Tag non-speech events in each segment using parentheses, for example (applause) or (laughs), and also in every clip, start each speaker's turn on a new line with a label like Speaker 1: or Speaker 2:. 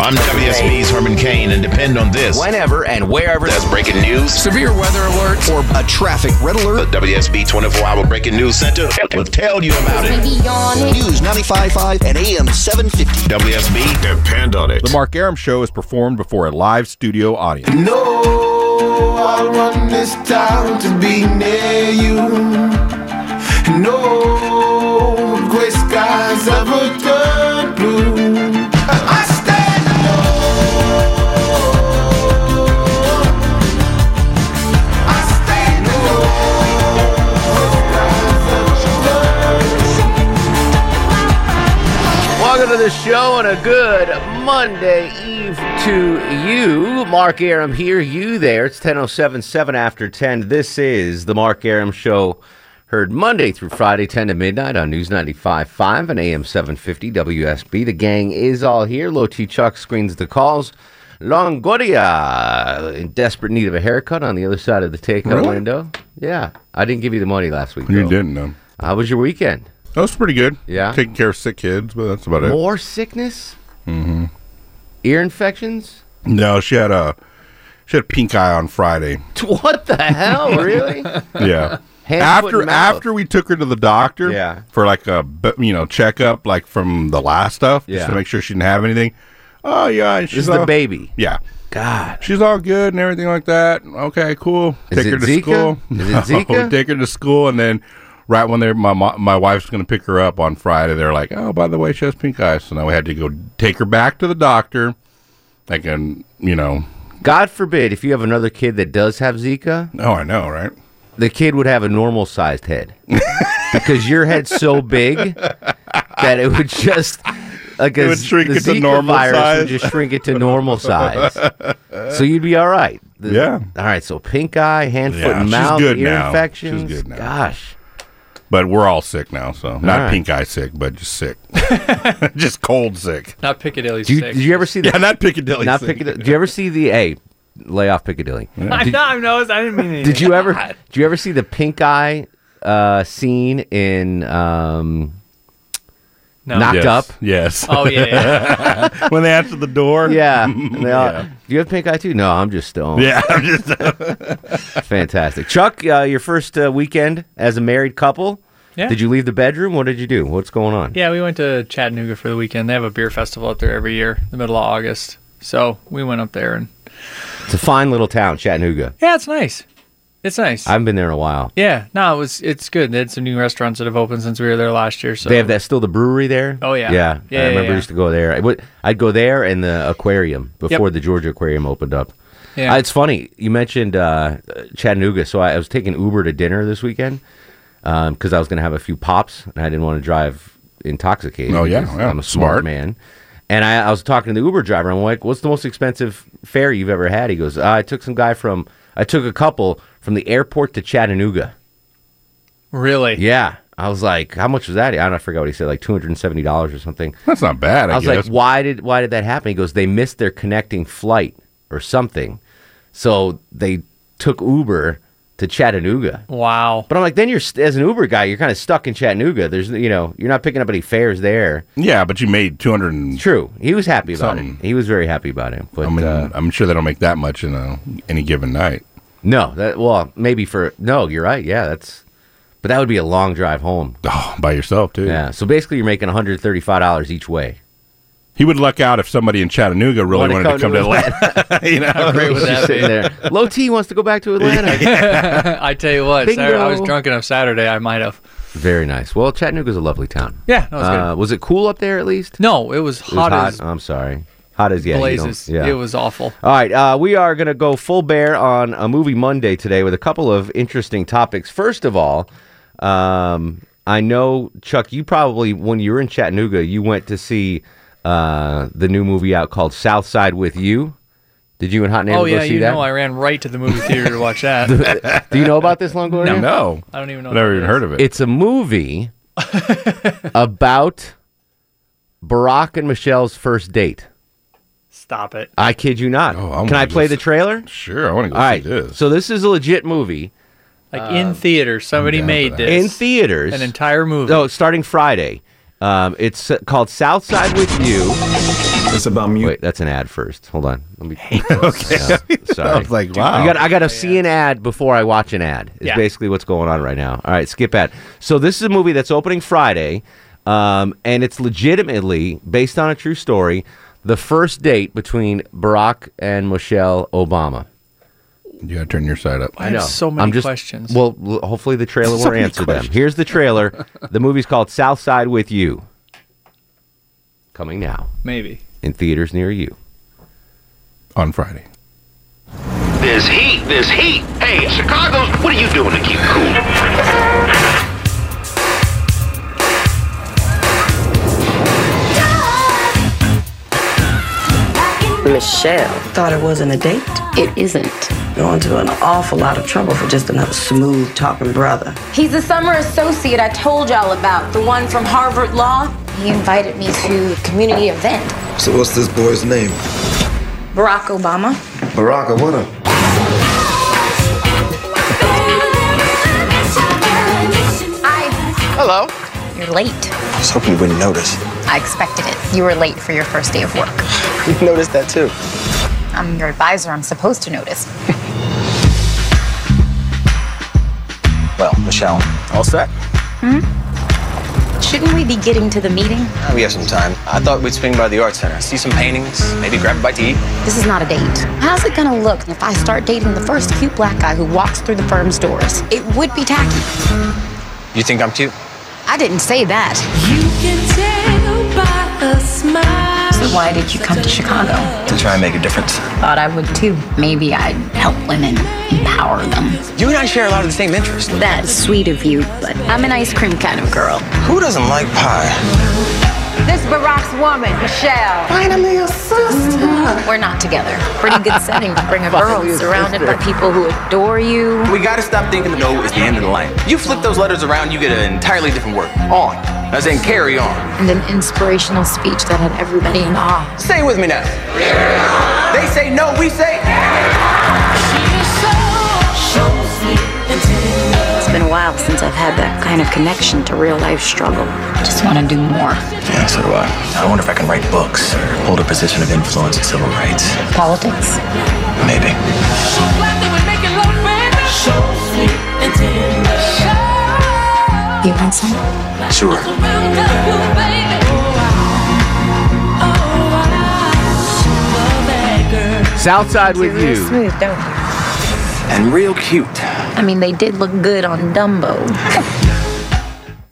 Speaker 1: I'm WSB's Herman Kane, and depend on this.
Speaker 2: Whenever and wherever.
Speaker 1: That's breaking news.
Speaker 3: Severe weather alert or a traffic red
Speaker 1: The
Speaker 3: alert.
Speaker 1: WSB 24 Hour Breaking News Center will tell you about it.
Speaker 3: News 95.5 and AM 750.
Speaker 1: WSB, depend on it.
Speaker 4: The Mark Aram Show is performed before a live studio audience.
Speaker 5: No, I want this town to be near you. No gray skies ever turn blue. I stand alone. I stand
Speaker 2: Welcome to the show and a good Monday Eve to you. Mark Aram here, you there. It's 10.07, 7 after 10. This is the Mark Aram Show, heard Monday through Friday, 10 to midnight on News 95.5 and AM 750 WSB. The gang is all here. Low T Chuck screens the calls. Longoria in desperate need of a haircut on the other side of the takeout
Speaker 4: Really?
Speaker 2: window. Yeah, I didn't give you the money last week.
Speaker 4: You
Speaker 2: though.
Speaker 4: didn't know.
Speaker 2: How was your weekend?
Speaker 4: That was pretty good.
Speaker 2: Yeah.
Speaker 4: Taking care of sick kids, but that's about it.
Speaker 2: More sickness? Mm-hmm. Ear infections? (laughs)
Speaker 4: No, she had a she had pink eye on Friday.
Speaker 2: T- What the hell? Really?
Speaker 4: (laughs) Yeah.
Speaker 2: Hand, foot,
Speaker 4: after
Speaker 2: and mouth.
Speaker 4: after we took her to the doctor
Speaker 2: Yeah.
Speaker 4: for like a b- you know checkup like from the last stuff
Speaker 2: Yeah.
Speaker 4: just to make sure she didn't have anything. Oh yeah, and
Speaker 2: This
Speaker 4: she's
Speaker 2: is the
Speaker 4: all-
Speaker 2: baby.
Speaker 4: Yeah.
Speaker 2: God.
Speaker 4: She's all good and everything like that. Okay, cool.
Speaker 2: Is
Speaker 4: take
Speaker 2: it
Speaker 4: her to
Speaker 2: Zika?
Speaker 4: school. Oh,
Speaker 2: Is
Speaker 4: (laughs)
Speaker 2: it Zika?
Speaker 4: take her to school, and then right when they're my mo- my wife's going to pick her up on Friday, they're like, "Oh, by the way, she has pink eye." So now we had to go take her back to the doctor. Like, and you know,
Speaker 2: God forbid if you have another kid that does have Zika,
Speaker 4: oh, I know, right?
Speaker 2: the kid would have a normal
Speaker 4: (laughs)
Speaker 2: sized head. because your head's so big that it would just like a,
Speaker 4: would
Speaker 2: z-
Speaker 4: shrink
Speaker 2: the
Speaker 4: it to
Speaker 2: Zika
Speaker 4: normal
Speaker 2: virus would
Speaker 4: size.
Speaker 2: just shrink it to
Speaker 4: (laughs)
Speaker 2: normal size. so you'd be all right. The-
Speaker 4: Yeah.
Speaker 2: All right. So pink eye, hand,
Speaker 4: Yeah,
Speaker 2: foot, and
Speaker 4: she's
Speaker 2: mouth,
Speaker 4: good
Speaker 2: ear
Speaker 4: now. She's
Speaker 2: infections.
Speaker 4: good now.
Speaker 2: Gosh.
Speaker 4: But we're all sick now, so not
Speaker 2: right.
Speaker 4: pink eye sick, but just sick, (laughs) just cold sick.
Speaker 6: Not Piccadilly
Speaker 2: Do you,
Speaker 6: Stick.
Speaker 2: did you ever see the
Speaker 4: (laughs) Yeah, not Piccadilly.
Speaker 2: not
Speaker 4: sick.
Speaker 2: Piccadilly. Do you ever see the a lay off Piccadilly?
Speaker 6: I
Speaker 2: Did,
Speaker 6: know, I know, I didn't mean it.
Speaker 4: (laughs)
Speaker 2: did you ever? Did you ever see the pink eye uh, scene in um,
Speaker 6: No.
Speaker 2: Knocked
Speaker 4: Yes.
Speaker 2: Up?
Speaker 4: Yes.
Speaker 6: Oh yeah, yeah.
Speaker 4: (laughs) when they answered the door.
Speaker 2: Yeah. They all- Do you have pink eye too? No, I'm just
Speaker 4: (laughs)
Speaker 2: stoned.
Speaker 4: Yeah. I'm just, (laughs)
Speaker 2: Fantastic, Chuck. Uh, your first uh, weekend as a married couple.
Speaker 6: Yeah.
Speaker 2: Did you leave the bedroom? What did you do? What's going on?
Speaker 6: (laughs) yeah. We went to Chattanooga for the weekend. They have a beer festival up there every year, the middle of August. So we went up there, and
Speaker 2: It's a fine little town, Chattanooga.
Speaker 6: yeah, it's nice. It's nice.
Speaker 2: I haven't been there in a while.
Speaker 6: yeah, no, it was. It's good. They had some new restaurants that have opened since we were there last year. So
Speaker 2: They have that still the brewery there.
Speaker 6: Oh, yeah.
Speaker 2: yeah.
Speaker 6: Yeah,
Speaker 2: I
Speaker 6: yeah,
Speaker 2: remember I
Speaker 6: yeah.
Speaker 2: used to go there. I would, I'd go there and the aquarium before the Georgia aquarium opened up.
Speaker 6: Yeah.
Speaker 2: Uh, it's funny you mentioned uh, Chattanooga. So I, I was taking Uber to dinner this weekend because I was going to have a few pops and I didn't want to drive intoxicated.
Speaker 4: Oh, yeah,
Speaker 2: because
Speaker 4: yeah,
Speaker 2: I'm a smart,
Speaker 4: smart.
Speaker 2: man. And I, I was talking to the Uber driver. I'm like, "What's the most expensive fare you've ever had?" He goes, uh, "I took some guy from I took a couple from the airport to Chattanooga."
Speaker 4: (laughs)
Speaker 6: really.
Speaker 2: Yeah. I was like, how much was that? I don't know, I forgot what he said, like two hundred and seventy dollars or something.
Speaker 4: that's not bad. I,
Speaker 2: I, was
Speaker 4: guess.
Speaker 2: like, why did why did that happen? He goes, they missed their connecting flight or something, so they took Uber to Chattanooga. (laughs)
Speaker 6: Wow.
Speaker 2: But I'm like, then you're st- as an Uber guy, you're kind of stuck in Chattanooga. There's you know, you're not picking up any fares there.
Speaker 4: Yeah, but you made two hundred. and
Speaker 2: True. He was happy about
Speaker 4: Something.
Speaker 2: it. He was very happy about it. But
Speaker 4: I mean,
Speaker 2: uh,
Speaker 4: I'm sure they don't make that much in a, any given night.
Speaker 2: no, that well maybe for no, you're right. Yeah, that's. But that would be a long drive home.
Speaker 4: Oh, by yourself too.
Speaker 2: Yeah. So basically, you're making 135 dollars each way.
Speaker 4: He would luck out if somebody in Chattanooga really
Speaker 2: Wanna
Speaker 4: wanted to come to
Speaker 2: Atlanta.
Speaker 4: (laughs) Atlanta. you know,
Speaker 6: Great with
Speaker 2: He's (laughs) just
Speaker 6: that.
Speaker 2: sitting there. Low T wants to go back
Speaker 4: (laughs)
Speaker 2: to Atlanta.
Speaker 6: (laughs) I tell you what,
Speaker 2: Bingo.
Speaker 6: Saturday, I was drunk enough Saturday. I might have.
Speaker 2: Very nice. Well, Chattanooga's a lovely town.
Speaker 6: Yeah, no, it was
Speaker 2: Uh,
Speaker 6: good.
Speaker 2: was it cool up there at least?
Speaker 6: No, it was
Speaker 2: It was
Speaker 6: hot, as
Speaker 2: I'm sorry. Hot as yeah, you don't-
Speaker 6: blazes.
Speaker 2: yeah.
Speaker 6: It was awful.
Speaker 2: All right, uh, we are going to go full bear on a movie Monday today with a couple of interesting topics. First of all, um, I know Chuck, you probably when you were in Chattanooga, you went to see uh, the new movie out called Southside with You. Did you and Hot Neighbor
Speaker 6: Oh
Speaker 2: go
Speaker 6: yeah,
Speaker 2: see
Speaker 6: you
Speaker 2: that?
Speaker 6: know I ran right to the movie theater to watch that.
Speaker 2: (laughs) Do you know about this, Longoria? (laughs)
Speaker 4: No,
Speaker 6: I don't even know.
Speaker 4: I've never
Speaker 6: what
Speaker 4: even
Speaker 6: that is.
Speaker 4: heard of it.
Speaker 2: It's a movie about Barack and Michelle's first date.
Speaker 6: Stop it.
Speaker 2: I kid you not.
Speaker 4: Oh, I'm
Speaker 2: Can
Speaker 4: gonna
Speaker 2: I
Speaker 4: go
Speaker 2: play
Speaker 4: see-
Speaker 2: the trailer?
Speaker 4: sure, I want to go
Speaker 2: All right.
Speaker 4: see this.
Speaker 2: So this is a legit movie
Speaker 6: Like
Speaker 2: Um,
Speaker 6: in theater, somebody
Speaker 4: down for
Speaker 6: made
Speaker 4: that.
Speaker 6: this
Speaker 2: in theaters.
Speaker 6: an entire movie.
Speaker 2: No, starting Friday. Um, it's uh, called Southside with You.
Speaker 7: It's about music.
Speaker 2: Wait, that's an ad first. Hold on. Let me. okay. sorry.
Speaker 4: (laughs) I was like, wow.
Speaker 2: I got I got to see an ad before I watch an ad. Is
Speaker 6: Oh, Yeah.
Speaker 2: basically what's going on right now. All right, skip ad. So this is a movie that's opening Friday, um, and it's legitimately based on a true story. The first date between Barack and Michelle Obama.
Speaker 4: you got to turn your side up.
Speaker 6: I have
Speaker 2: No,
Speaker 6: so many
Speaker 2: I'm just-
Speaker 6: questions.
Speaker 2: Well, l- hopefully the
Speaker 6: (laughs)
Speaker 2: trailer will
Speaker 4: So many
Speaker 2: answer them.
Speaker 4: questions.
Speaker 2: Here's the trailer. the movie's called Southside with You. Coming now
Speaker 6: maybe.
Speaker 2: in theaters near you.
Speaker 4: On Friday.
Speaker 1: There's heat, there's heat. Hey, Chicago's, what are you doing to keep cool?
Speaker 8: Michelle
Speaker 9: Thought it wasn't a date?
Speaker 8: It isn't.
Speaker 9: Going to an awful lot of trouble for just another smooth talking brother.
Speaker 10: He's the summer associate I told y'all about, the one from Harvard Law. He invited me to a community event.
Speaker 7: So what's this boy's name?
Speaker 10: Barack Obama.
Speaker 7: Baraka, what up?
Speaker 10: I.
Speaker 1: Hello.
Speaker 10: You're late.
Speaker 7: I was hoping you wouldn't notice.
Speaker 10: I expected it. You were late for your first day of work.
Speaker 7: You noticed that too.
Speaker 10: I'm your advisor. I'm supposed to notice.
Speaker 7: Well, Michelle. All set?
Speaker 10: Shouldn't we be getting to the meeting?
Speaker 7: We have some time. I thought we'd swing by the art center, see some paintings, maybe grab a bite to eat.
Speaker 10: This is not a date. How's it gonna look if I start dating the first cute black guy who walks through the firm's doors? It would be tacky.
Speaker 7: You think I'm cute?
Speaker 10: I didn't say that.
Speaker 11: You can tell by a smile.
Speaker 10: So why did you come to Chicago?
Speaker 7: To try and make a difference.
Speaker 10: Thought I would too. Maybe I'd help women, empower them.
Speaker 7: You and I share a lot of the same interests.
Speaker 10: That's sweet of you, but I'm an ice cream kind of girl.
Speaker 7: Who doesn't like pie?
Speaker 10: This Barack's woman, Michelle.
Speaker 7: Finally, a sister.
Speaker 10: We're not together. Pretty good setting to
Speaker 7: (laughs)
Speaker 10: bring a girl surrounded by people who adore you.
Speaker 7: We gotta stop thinking no is the end of the line. You flip those letters around, you get an entirely different word. On. As in carry on.
Speaker 10: And an inspirational speech that had everybody in awe.
Speaker 7: Say it with me now. They say no, we say.
Speaker 10: It's been a while since I've had that kind of connection to real life struggle. I just want to do more.
Speaker 7: Yeah, so do I. I wonder if I can write books or hold a position of influence in civil rights.
Speaker 10: Politics?
Speaker 7: Maybe.
Speaker 10: You want some?
Speaker 7: Sure.
Speaker 2: Southside with
Speaker 10: You're
Speaker 2: You.
Speaker 10: smooth, don't you?
Speaker 7: And real cute.
Speaker 10: I mean, they did look good on Dumbo.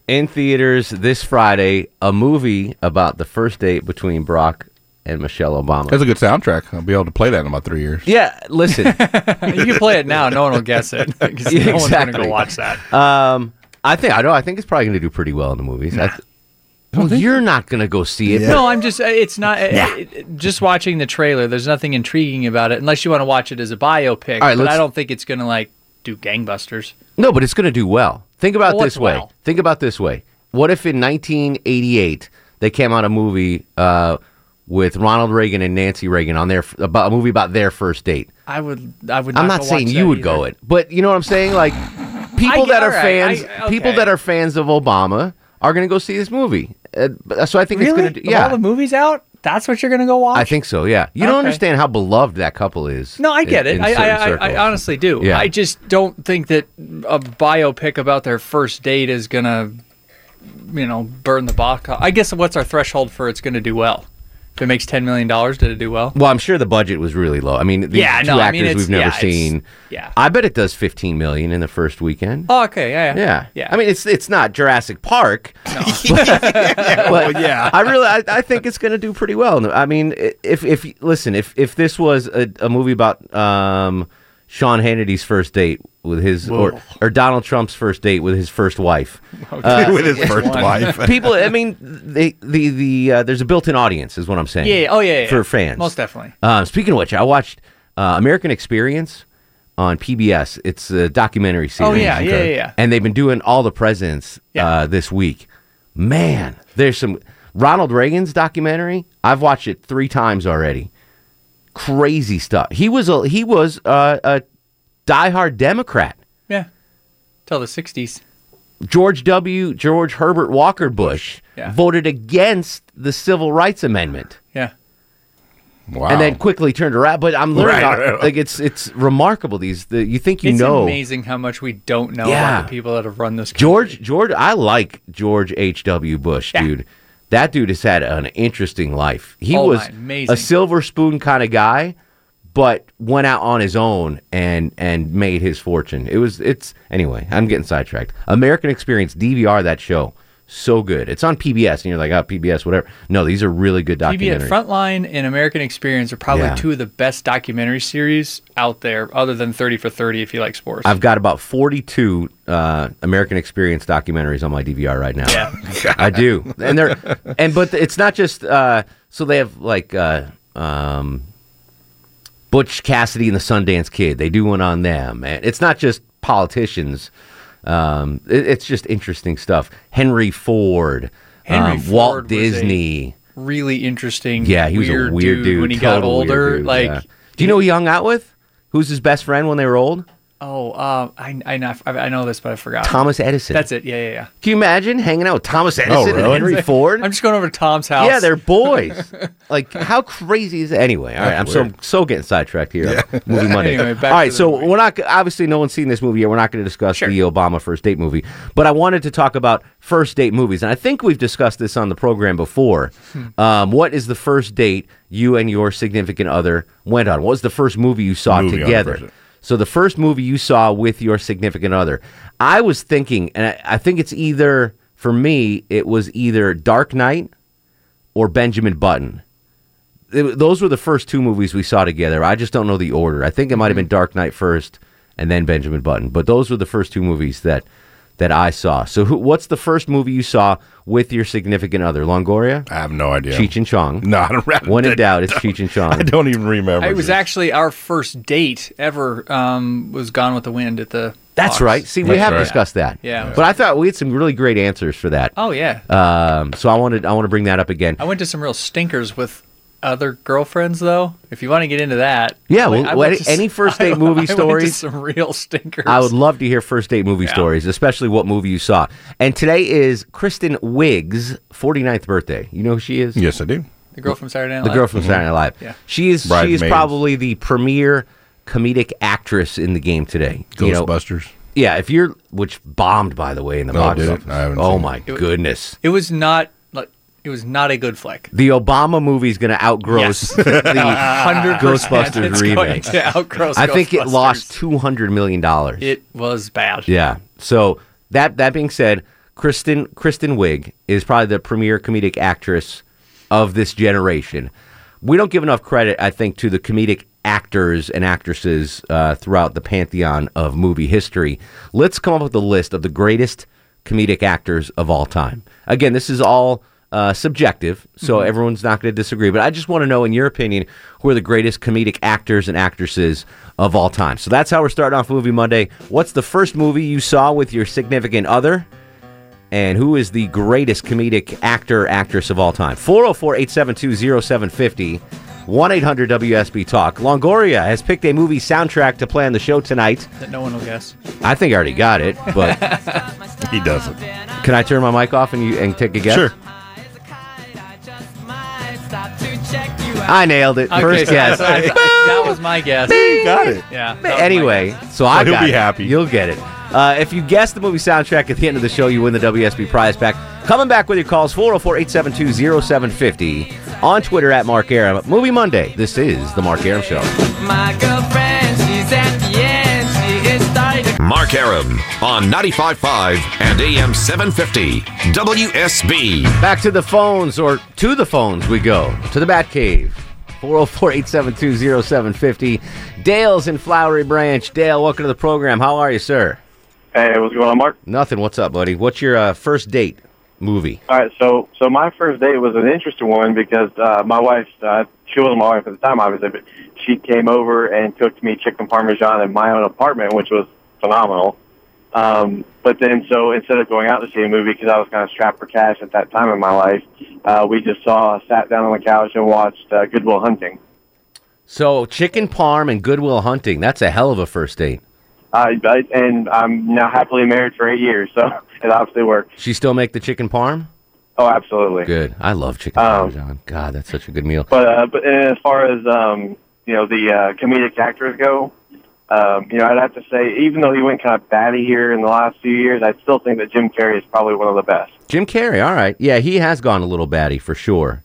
Speaker 2: in theaters this Friday, a movie about the first date between Barack and Michelle Obama.
Speaker 4: That's a good soundtrack. I'll be able to play that in about three years.
Speaker 2: yeah, listen,
Speaker 6: You can play it now. No one will guess it. 'cause
Speaker 2: Yeah,
Speaker 6: No one's gonna
Speaker 2: exactly.
Speaker 6: go watch
Speaker 2: (laughs)
Speaker 6: that.
Speaker 2: I think I know. I think it's probably going to do pretty well in the movies. I th- well, you're not going to go see it.
Speaker 6: No, I'm just. uh, It's not. it- it- just watching the trailer. There's nothing intriguing about it, unless you want to watch it as a biopic.
Speaker 2: All right,
Speaker 6: but
Speaker 2: let's-
Speaker 6: I don't think it's gonna like do gangbusters.
Speaker 2: No, but it's going to do well. Think about
Speaker 6: Well, what's
Speaker 2: this way.
Speaker 6: well?
Speaker 2: Think about this way. What if in 1988 they came out a movie uh, with Ronald Reagan and Nancy Reagan on their f- about a movie about their first date?
Speaker 6: I would. I would.
Speaker 2: I'm
Speaker 6: not
Speaker 2: not
Speaker 6: go
Speaker 2: saying
Speaker 6: watch
Speaker 2: you
Speaker 6: that
Speaker 2: would go
Speaker 6: either.
Speaker 2: it, but you know what I'm saying. Like people
Speaker 6: I-
Speaker 2: that are
Speaker 6: alright,
Speaker 2: fans,
Speaker 6: I-
Speaker 2: people
Speaker 6: okay.
Speaker 2: that are fans of Obama are going to go see this movie. Uh, but- so I think it's
Speaker 6: Really?
Speaker 2: going to do.
Speaker 6: Of
Speaker 2: Yeah,
Speaker 6: All the movies out. That's what you're gonna go watch.
Speaker 2: I think so. Yeah, you don't
Speaker 6: Okay.
Speaker 2: understand how beloved that couple is.
Speaker 6: No, I
Speaker 2: in-
Speaker 6: get it.
Speaker 2: in
Speaker 6: I,
Speaker 2: certain
Speaker 6: I, I,
Speaker 2: circles.
Speaker 6: I honestly do.
Speaker 2: Yeah.
Speaker 6: I just don't think that a biopic about their first date is gonna, you know, burn the box. I guess what's our threshold for it's gonna do well? If it makes ten million dollars, did it do well?
Speaker 2: Well, I'm sure the budget was really low. I mean, these
Speaker 6: Yeah,
Speaker 2: two
Speaker 6: no, I
Speaker 2: actors
Speaker 6: mean, it's-
Speaker 2: we've never
Speaker 6: yeah, it's-
Speaker 2: seen.
Speaker 6: yeah.
Speaker 2: I bet it does 15 million in the first weekend.
Speaker 6: Oh, okay. Yeah.
Speaker 2: Yeah.
Speaker 6: Yeah.
Speaker 2: I mean, it's it's not Jurassic Park. (laughs)
Speaker 6: (laughs)
Speaker 2: but yeah. I really I, I think it's going to do pretty well. I mean, i- if if listen, if if this was a, a movie about um Sean Hannity's first date with his
Speaker 12: Whoa.
Speaker 2: or, or Donald Trump's first date with his first wife.
Speaker 12: Okay, with
Speaker 4: (laughs)
Speaker 12: his first One. wife.
Speaker 2: people, I mean, they, the the uh, there's a built-in audience, is what I'm saying.
Speaker 6: Yeah, oh, yeah, yeah,
Speaker 2: for
Speaker 6: yeah.
Speaker 2: fans,
Speaker 6: Most definitely.
Speaker 2: Uh, speaking of which, I watched uh, American Experience on PBS. It's a documentary series.
Speaker 6: Oh, yeah, yeah, yeah, yeah.
Speaker 2: And they've been doing all the presidents uh, this week. Man, there's some Ronald Reagan's documentary. I've watched it three times already. Crazy stuff. He was a he was a, a diehard Democrat.
Speaker 6: Yeah. Till the 60s.
Speaker 2: George W. George Herbert Walker Bush
Speaker 6: Yeah.
Speaker 2: voted against the Civil Rights Amendment.
Speaker 6: Yeah.
Speaker 4: Wow.
Speaker 2: And then quickly turned around. But I'm learning
Speaker 6: Right.
Speaker 2: how- like it's it's remarkable. These the, you think you
Speaker 6: it's
Speaker 2: know
Speaker 6: amazing how much we don't know
Speaker 2: Yeah.
Speaker 6: about the people that have run this.
Speaker 2: George George. I like George H. W. Bush, dude. That dude has had an interesting life. He
Speaker 6: Oh,
Speaker 2: was
Speaker 6: my, amazing.
Speaker 2: a silver spoon kind of guy, but went out on his own and and made his fortune. It was it's anyway. I'm getting sidetracked. American Experience DVR that show. So good. It's on PBS, and you're like, oh, PBS, whatever. No, these are really good
Speaker 6: PBS
Speaker 2: documentaries.
Speaker 6: Frontline and American Experience are probably
Speaker 2: Yeah.
Speaker 6: two of the best documentary series out there, other than 30 for 30 if you like sports.
Speaker 2: I've got about 42 uh, American Experience documentaries on my DVR right now.
Speaker 6: Yeah.
Speaker 2: (laughs) I do, and they're and but it's not just uh, so they have like uh, um, Butch Cassidy and the Sundance Kid. They do one on them, and it's not just politicians. Um, it- it's just interesting stuff. Henry Ford,
Speaker 6: Henry
Speaker 2: um,
Speaker 6: Ford
Speaker 2: Walt
Speaker 6: was a
Speaker 2: Disney.
Speaker 6: really interesting.
Speaker 2: Yeah, he was
Speaker 6: weird
Speaker 2: a weird dude,
Speaker 6: when he got
Speaker 2: total weird
Speaker 6: older.
Speaker 2: dude,
Speaker 6: like,
Speaker 2: yeah. do you know who he hung out with? Who's his best friend when they were old?
Speaker 6: oh, uh, I I, not, I I know this, but I forgot.
Speaker 2: Thomas Edison.
Speaker 6: That's it. Yeah, yeah, yeah.
Speaker 2: Can you imagine hanging out with Thomas Edison and Henry Ford?
Speaker 6: I'm just going over to Tom's house.
Speaker 2: (laughs) Yeah, they're boys.
Speaker 6: (laughs)
Speaker 2: like, how crazy is that? Anyway, all right, I'm
Speaker 6: That's
Speaker 2: so
Speaker 6: weird.
Speaker 2: so getting sidetracked here. on Movie Monday.
Speaker 6: Anyway, back
Speaker 2: all right,
Speaker 6: to the
Speaker 2: so we're not obviously no one's seen this movie yet. We're not going to discuss the Obama first date movie, but I wanted to talk about first date movies, and I think we've discussed this on the program before.
Speaker 4: Hmm.
Speaker 2: Um, what is the first date you and your significant other went on? What was the first movie you saw
Speaker 4: Movie on the
Speaker 2: together?
Speaker 4: first date.
Speaker 2: So the first movie you saw with your significant other, I was thinking, and I, I think it's either for me, it was either Dark Knight or Benjamin Button. It- those were the first two movies we saw together. I just don't know the order. I think it might have been Dark Knight first and then Benjamin Button, but those were the first two movies that that I saw. So who, what's the first movie you saw with your significant other? Longoria? I
Speaker 4: have no idea.
Speaker 2: Cheech and Chong.
Speaker 4: (laughs) No, I don't
Speaker 2: When in doubt, it's Cheech
Speaker 4: (laughs)
Speaker 2: and Chong. I
Speaker 4: don't even remember.
Speaker 6: It was actually our first date ever. Um, was Gone with the Wind at the.
Speaker 2: That's
Speaker 6: Fox.
Speaker 2: right. See, we
Speaker 6: That's
Speaker 2: have
Speaker 6: right.
Speaker 2: discussed that.
Speaker 6: Yeah.
Speaker 2: But I thought we had some really great answers for that.
Speaker 6: Oh, yeah.
Speaker 2: Um, so I wanted I want to bring that up again.
Speaker 6: I went to some real stinkers with other girlfriends, though. If you want to get into that,
Speaker 2: Yeah,
Speaker 6: Like,
Speaker 2: well,
Speaker 6: I went
Speaker 2: any-
Speaker 6: to s-
Speaker 2: any first
Speaker 6: (laughs) I-
Speaker 2: date movie
Speaker 6: I went to
Speaker 2: stories?
Speaker 6: some real stinkers.
Speaker 2: I would love to hear first date movie stories, especially what movie you saw. And today is Kristen Wiig's 49th birthday. You know who she is?
Speaker 4: Yes, I do.
Speaker 6: the girl from Saturday Night.
Speaker 2: The
Speaker 6: Live.
Speaker 2: girl from Saturday Night Live.
Speaker 6: Mm-hmm. Yeah.
Speaker 2: She is she is
Speaker 4: Bridesmaids.
Speaker 2: probably the premier comedic actress in the game today. You know-
Speaker 4: Ghostbusters.
Speaker 2: yeah, if you're which bombed by the way in the
Speaker 4: No,
Speaker 2: box
Speaker 4: did it?
Speaker 2: office.
Speaker 4: I haven't
Speaker 2: Oh
Speaker 4: seen it.
Speaker 2: my goodness.
Speaker 6: It was not. like, It was not a good flick.
Speaker 2: The Obama movie is going to outgross
Speaker 6: (laughs)
Speaker 2: the
Speaker 6: 100%
Speaker 2: Ghostbusters
Speaker 6: it's going
Speaker 2: remake.
Speaker 6: to outgross
Speaker 2: I think it
Speaker 6: Ghostbusters.
Speaker 2: lost two hundred million dollars.
Speaker 6: It was bad.
Speaker 2: Yeah. So that that being said, Kristen Kristen Wiig is probably the premier comedic actress of this generation. We don't give enough credit, I think, to the comedic actors and actresses uh, throughout the pantheon of movie history. Let's come up with a list of the greatest comedic actors of all time. Again, this is all uh, subjective, so everyone's not going to disagree. But I just want to know, in your opinion, who are the greatest comedic actors and actresses of all time? So that's how we're starting off Movie Monday. What's the first movie you saw with your significant other? And who is the greatest comedic actor, actress of all time? 404 872 0750 1 800 WSB Talk. Longoria has picked a movie soundtrack to play on the show tonight.
Speaker 6: That no one will guess.
Speaker 2: I think I already got it, but
Speaker 4: he doesn't.
Speaker 2: Can I turn my mic off and you and take a guess?
Speaker 4: Sure.
Speaker 2: I nailed it. First guess.
Speaker 6: I- I-
Speaker 2: (laughs)
Speaker 6: that was my guess. You
Speaker 4: got it.
Speaker 6: Yeah. that was my
Speaker 2: anyway,
Speaker 6: guess.
Speaker 2: so I
Speaker 4: Well, he'll
Speaker 2: got
Speaker 4: be
Speaker 2: it.
Speaker 4: happy.
Speaker 2: You'll get it. Uh, if you guess the movie soundtrack at the end of the show, you win the WSB prize pack. Coming back with your calls 404-872-0750 on Twitter at Mark Aram. Movie Monday. This is the Mark Aram Show.
Speaker 11: My girlfriend, she's at the end. She is starting.
Speaker 13: Mark Aram on 95.5 and AM 750 WSB.
Speaker 2: Back to the phones or to the phones we go to the Batcave. 404 872 0750. Dale's in Flowery Branch. Dale, welcome to the program. How are you, sir?
Speaker 14: Hey, what's going on, Mark?
Speaker 2: Nothing. What's up, buddy? What's your uh, first date movie?
Speaker 14: All right, so so my first date was an interesting one because uh, my wife, uh, she wasn't my wife at the time, obviously, but she came over and cooked me chicken parmesan in my own apartment, which was phenomenal. Um, but then, so instead of going out to see a movie because I was kind of strapped for cash at that time in my life, uh, we just saw, sat down on the couch and watched uh, Goodwill Hunting.
Speaker 2: So, Chicken Parm and Goodwill Hunting. That's a hell of a first date.
Speaker 14: I, I, and I'm now happily married for eight years, so (laughs) it obviously worked.
Speaker 2: She still make the chicken parm?
Speaker 14: Oh, absolutely.
Speaker 2: Good. I love chicken
Speaker 14: Um,
Speaker 2: parmesan. God, that's such a good meal.
Speaker 14: But uh, but as far as um, you know, the uh, comedic actors go, um, you know, I'd have to say, even though he went kind of batty here in the last few years, I still think that Jim Carrey is probably one of the best.
Speaker 2: Jim Carrey. All right. Yeah, he has gone a little batty for sure.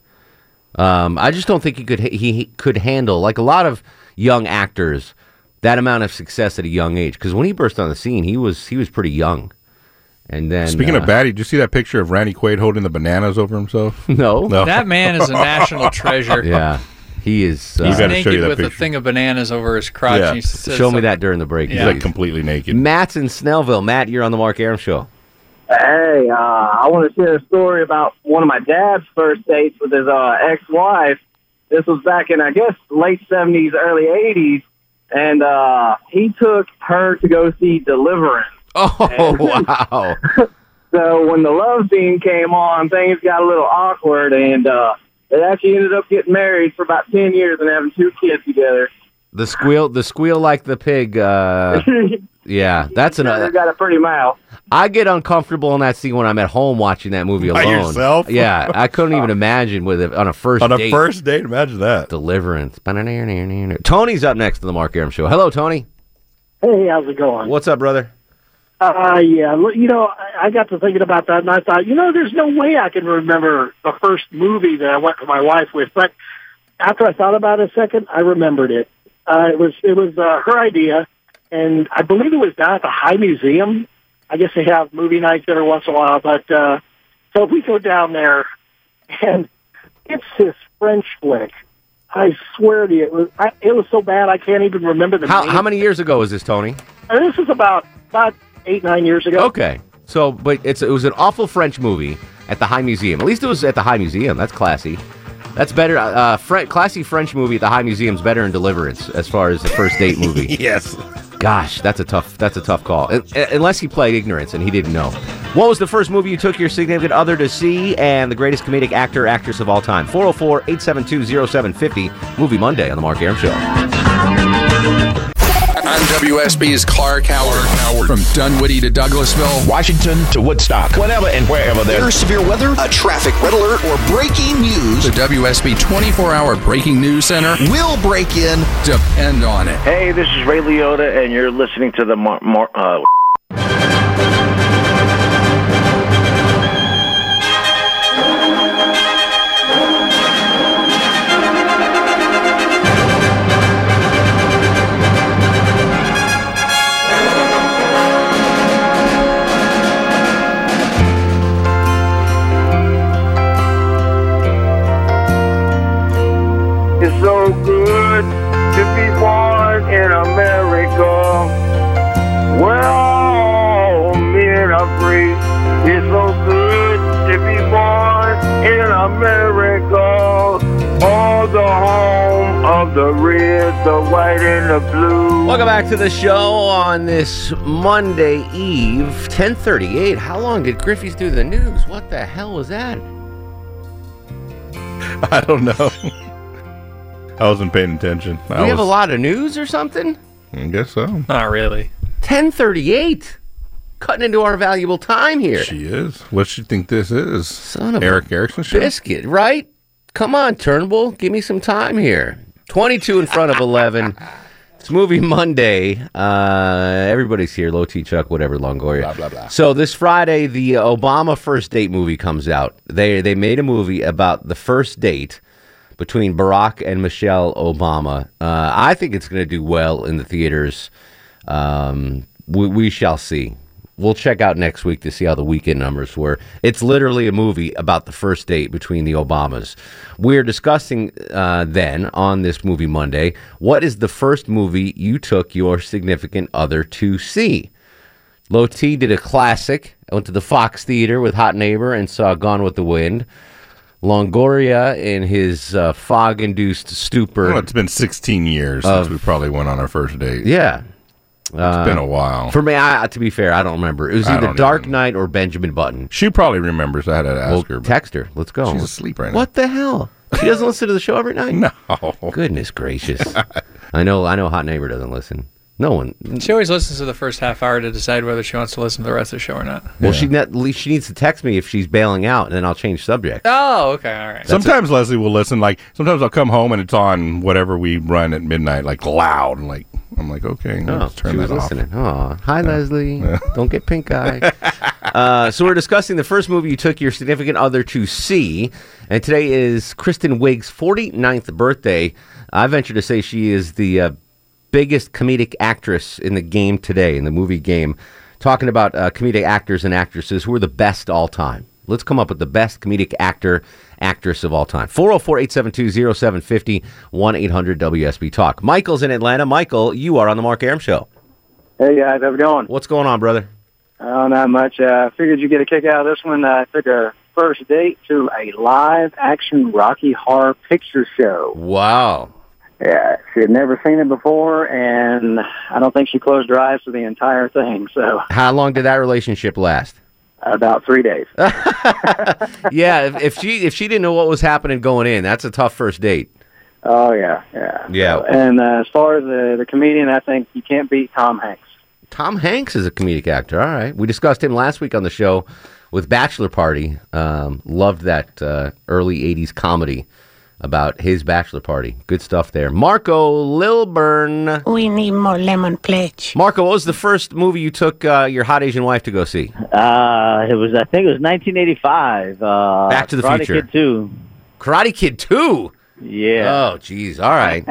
Speaker 2: Um, I just don't think he could he, he could handle like a lot of young actors that amount of success at a young age. Because when he burst on the scene, he was he was pretty young. And then
Speaker 4: Speaking
Speaker 2: uh,
Speaker 4: of batty, did you see that picture of Randy Quaid holding the bananas over himself?
Speaker 2: (laughs) No.
Speaker 6: That man is a
Speaker 2: (laughs)
Speaker 6: national treasure.
Speaker 2: yeah, he is. uh,
Speaker 6: He's naked with a thing of bananas over his crotch. and he says
Speaker 2: show me
Speaker 6: something.
Speaker 2: that during the break.
Speaker 6: He's, like,
Speaker 2: please.
Speaker 4: completely naked.
Speaker 2: Matt's in Snellville. Matt, you're on the Mark Aram show.
Speaker 15: Hey, uh, I want to share a story about one of my dad's first dates with his uh, ex-wife. This was back in, I guess, late seventies, early eighties, and uh, he took her to go see Deliverance.
Speaker 2: Oh (laughs) wow!
Speaker 15: so when the love scene came on, things got a little awkward, and uh, they actually ended up getting married for about ten years and having two kids together.
Speaker 2: The squeal, the squeal like the pig. Uh, yeah, that's
Speaker 15: they
Speaker 2: another.
Speaker 15: got a pretty mouth.
Speaker 2: I get uncomfortable in that scene when I'm at home watching that movie
Speaker 15: By
Speaker 2: alone.
Speaker 15: yourself?
Speaker 2: (laughs) Yeah, I couldn't even imagine with it on a first
Speaker 12: On a
Speaker 2: date.
Speaker 12: first date, imagine that.
Speaker 2: Deliverance. Tony's up next to the Mark Aram show. Hello, Tony.
Speaker 16: Hey, how's it going?
Speaker 2: What's up, brother?
Speaker 16: Uh, yeah, look, you know, I, I got to thinking about that, and I thought, you know, there's no way I can remember the first movie that I went to my wife with. But after I thought about it a second, I remembered it. Uh, it was it was uh, her idea, and I believe it was down at the High Museum. I guess they have movie nights every once in a while, but uh, so we go down there, and it's this French flick. I swear to you, it was, I, it was so bad I can't even remember the
Speaker 2: How
Speaker 16: name.
Speaker 2: how many years ago was this, Tony?
Speaker 16: And this is about about eight nine years ago.
Speaker 2: Okay, so but it's it was an awful French movie at the High Museum. At least it was at the High Museum. That's classy. That's better. Uh, Uh, Fre- classy French movie at the High Museum's better in Deliverance as far as the first date movie.
Speaker 4: yes.
Speaker 2: Gosh, that's a tough. That's a tough call. Un- un- unless he played ignorance and he didn't know. What was the first movie you took your significant other to see and the greatest comedic actor actress of all time? 404-872-0750. Movie Monday on the Mark Aram Show.
Speaker 17: I'm WSB's Clark Howard. Howard. From Dunwoody to Douglasville, Washington to Woodstock, whenever and wherever
Speaker 3: There's severe weather, a traffic red alert, or breaking news.
Speaker 17: The WSB 24 hour breaking news center
Speaker 3: will break in.
Speaker 17: Depend on it.
Speaker 18: Hey, this is Ray Liotta, and you're listening to the Mar- Mar- uh,
Speaker 19: It's so good to be born in America. Where all men are free. It's so good to be born in America. All the home of the red, the white, and the blue.
Speaker 2: Welcome back to the show on this Monday Eve, 1038. How long did Griffey's do the news? What the hell was
Speaker 4: (laughs)
Speaker 2: that?
Speaker 4: I don't know. I wasn't paying attention.
Speaker 2: Do
Speaker 4: I
Speaker 2: we have a
Speaker 4: was-
Speaker 2: lot of news or something?
Speaker 4: I guess so.
Speaker 6: Not really.
Speaker 2: 1038. Cutting into our valuable time here.
Speaker 4: She is. What she think this is?
Speaker 2: Son of a
Speaker 4: Eric Erickson show?
Speaker 2: Biscuit, right? Come on, Turnbull. Give me some time here. 22 in front of
Speaker 12: (laughs)
Speaker 2: 11. It's Movie Monday. Uh, everybody's here. Low T Chuck, whatever, Longoria.
Speaker 12: Blah, blah, blah.
Speaker 2: So this Friday, the Obama first date movie comes out. They they made a movie about the first date between Barack and Michelle Obama. Uh, I think it's going to do well in the theaters. Um, we, we shall see. We'll check out next week to see how the weekend numbers were. It's literally a movie about the first date between the Obamas. We're discussing uh, then on this movie Monday what is the first movie you took your significant other to see? Low T did a classic. I went to the Fox Theater with Hot Neighbor and saw Gone with the Wind. Longoria in his uh, fog induced stupor.
Speaker 4: Well, it's been 16 years
Speaker 2: Of-
Speaker 4: since we probably went on our first date.
Speaker 2: Yeah. It's
Speaker 4: been a while.
Speaker 2: For me, I, to be fair, I don't remember. It was
Speaker 4: I
Speaker 2: either
Speaker 4: don't
Speaker 2: Dark Knight or Benjamin Button.
Speaker 4: She probably remembers. I had to ask
Speaker 2: Well,
Speaker 4: her. but
Speaker 2: text her. Let's go.
Speaker 4: She's asleep right now.
Speaker 2: What the hell? She doesn't listen to the show every night.
Speaker 4: (laughs) No.
Speaker 2: Goodness gracious.
Speaker 4: (laughs)
Speaker 2: I know. I know. Hot neighbor doesn't listen. No one.
Speaker 6: She always listens to the first half hour to decide whether she wants to listen to the rest of the show or not.
Speaker 2: Well, she ne- at least she needs to text me if she's bailing out, and then I'll change subject.
Speaker 6: Oh, okay, all right.
Speaker 4: Sometimes Leslie will listen. Like sometimes I'll come home and it's on whatever we run at midnight, like loud, and like I'm like, okay,
Speaker 2: Oh,
Speaker 4: let's turn
Speaker 2: she
Speaker 4: that
Speaker 2: was
Speaker 4: off.
Speaker 2: listening. Oh, hi, Leslie. Don't get pink eye. uh, so we're discussing the first movie you took your significant other to see, and today is Kristen Wiig's 49th birthday. I venture to say she is the uh, biggest comedic actress in the game today, in the movie game. Talking about uh, comedic actors and actresses who are the best all time. Let's come up with the best comedic actor, actress of all time. 404 872 0750 1 800 WSB Talk. Michael's in Atlanta. Michael, you are on The Mark Aram Show.
Speaker 20: Hey guys, how's it going?
Speaker 2: What's going on, brother?
Speaker 20: Oh, not much. Uh, figured you'd get a kick out of this one. I took a first date to a live action Rocky Horror Picture Show.
Speaker 2: Wow.
Speaker 20: Yeah, she had never seen it before, and I don't think she closed her eyes for the entire thing. So uh,
Speaker 2: How long did that relationship last?
Speaker 20: about three days.
Speaker 2: Ah. yeah, if, if she if she didn't know what was happening going in, that's a tough first date.
Speaker 20: Oh yeah, yeah.
Speaker 2: Yeah.
Speaker 20: And uh, as far as the the comedian, I think you can't beat Tom Hanks.
Speaker 2: Tom Hanks is a comedic actor. All right. We discussed him last week on the show with Bachelor Party. Um, loved that uh, early 80s comedy about his Bachelor Party. Good stuff there. Marco Lilburn.
Speaker 21: We need more lemon pledge.
Speaker 2: Marco, what was the first movie you took uh, your hot Asian wife to go see?
Speaker 22: Uh, it was I think it was 1985. Uh,
Speaker 2: Back to the
Speaker 22: Karate
Speaker 2: Future.
Speaker 22: Kid Two.
Speaker 2: Karate Kid Two.
Speaker 22: Yeah.
Speaker 2: Oh, geez. All
Speaker 22: (laughs)
Speaker 2: right.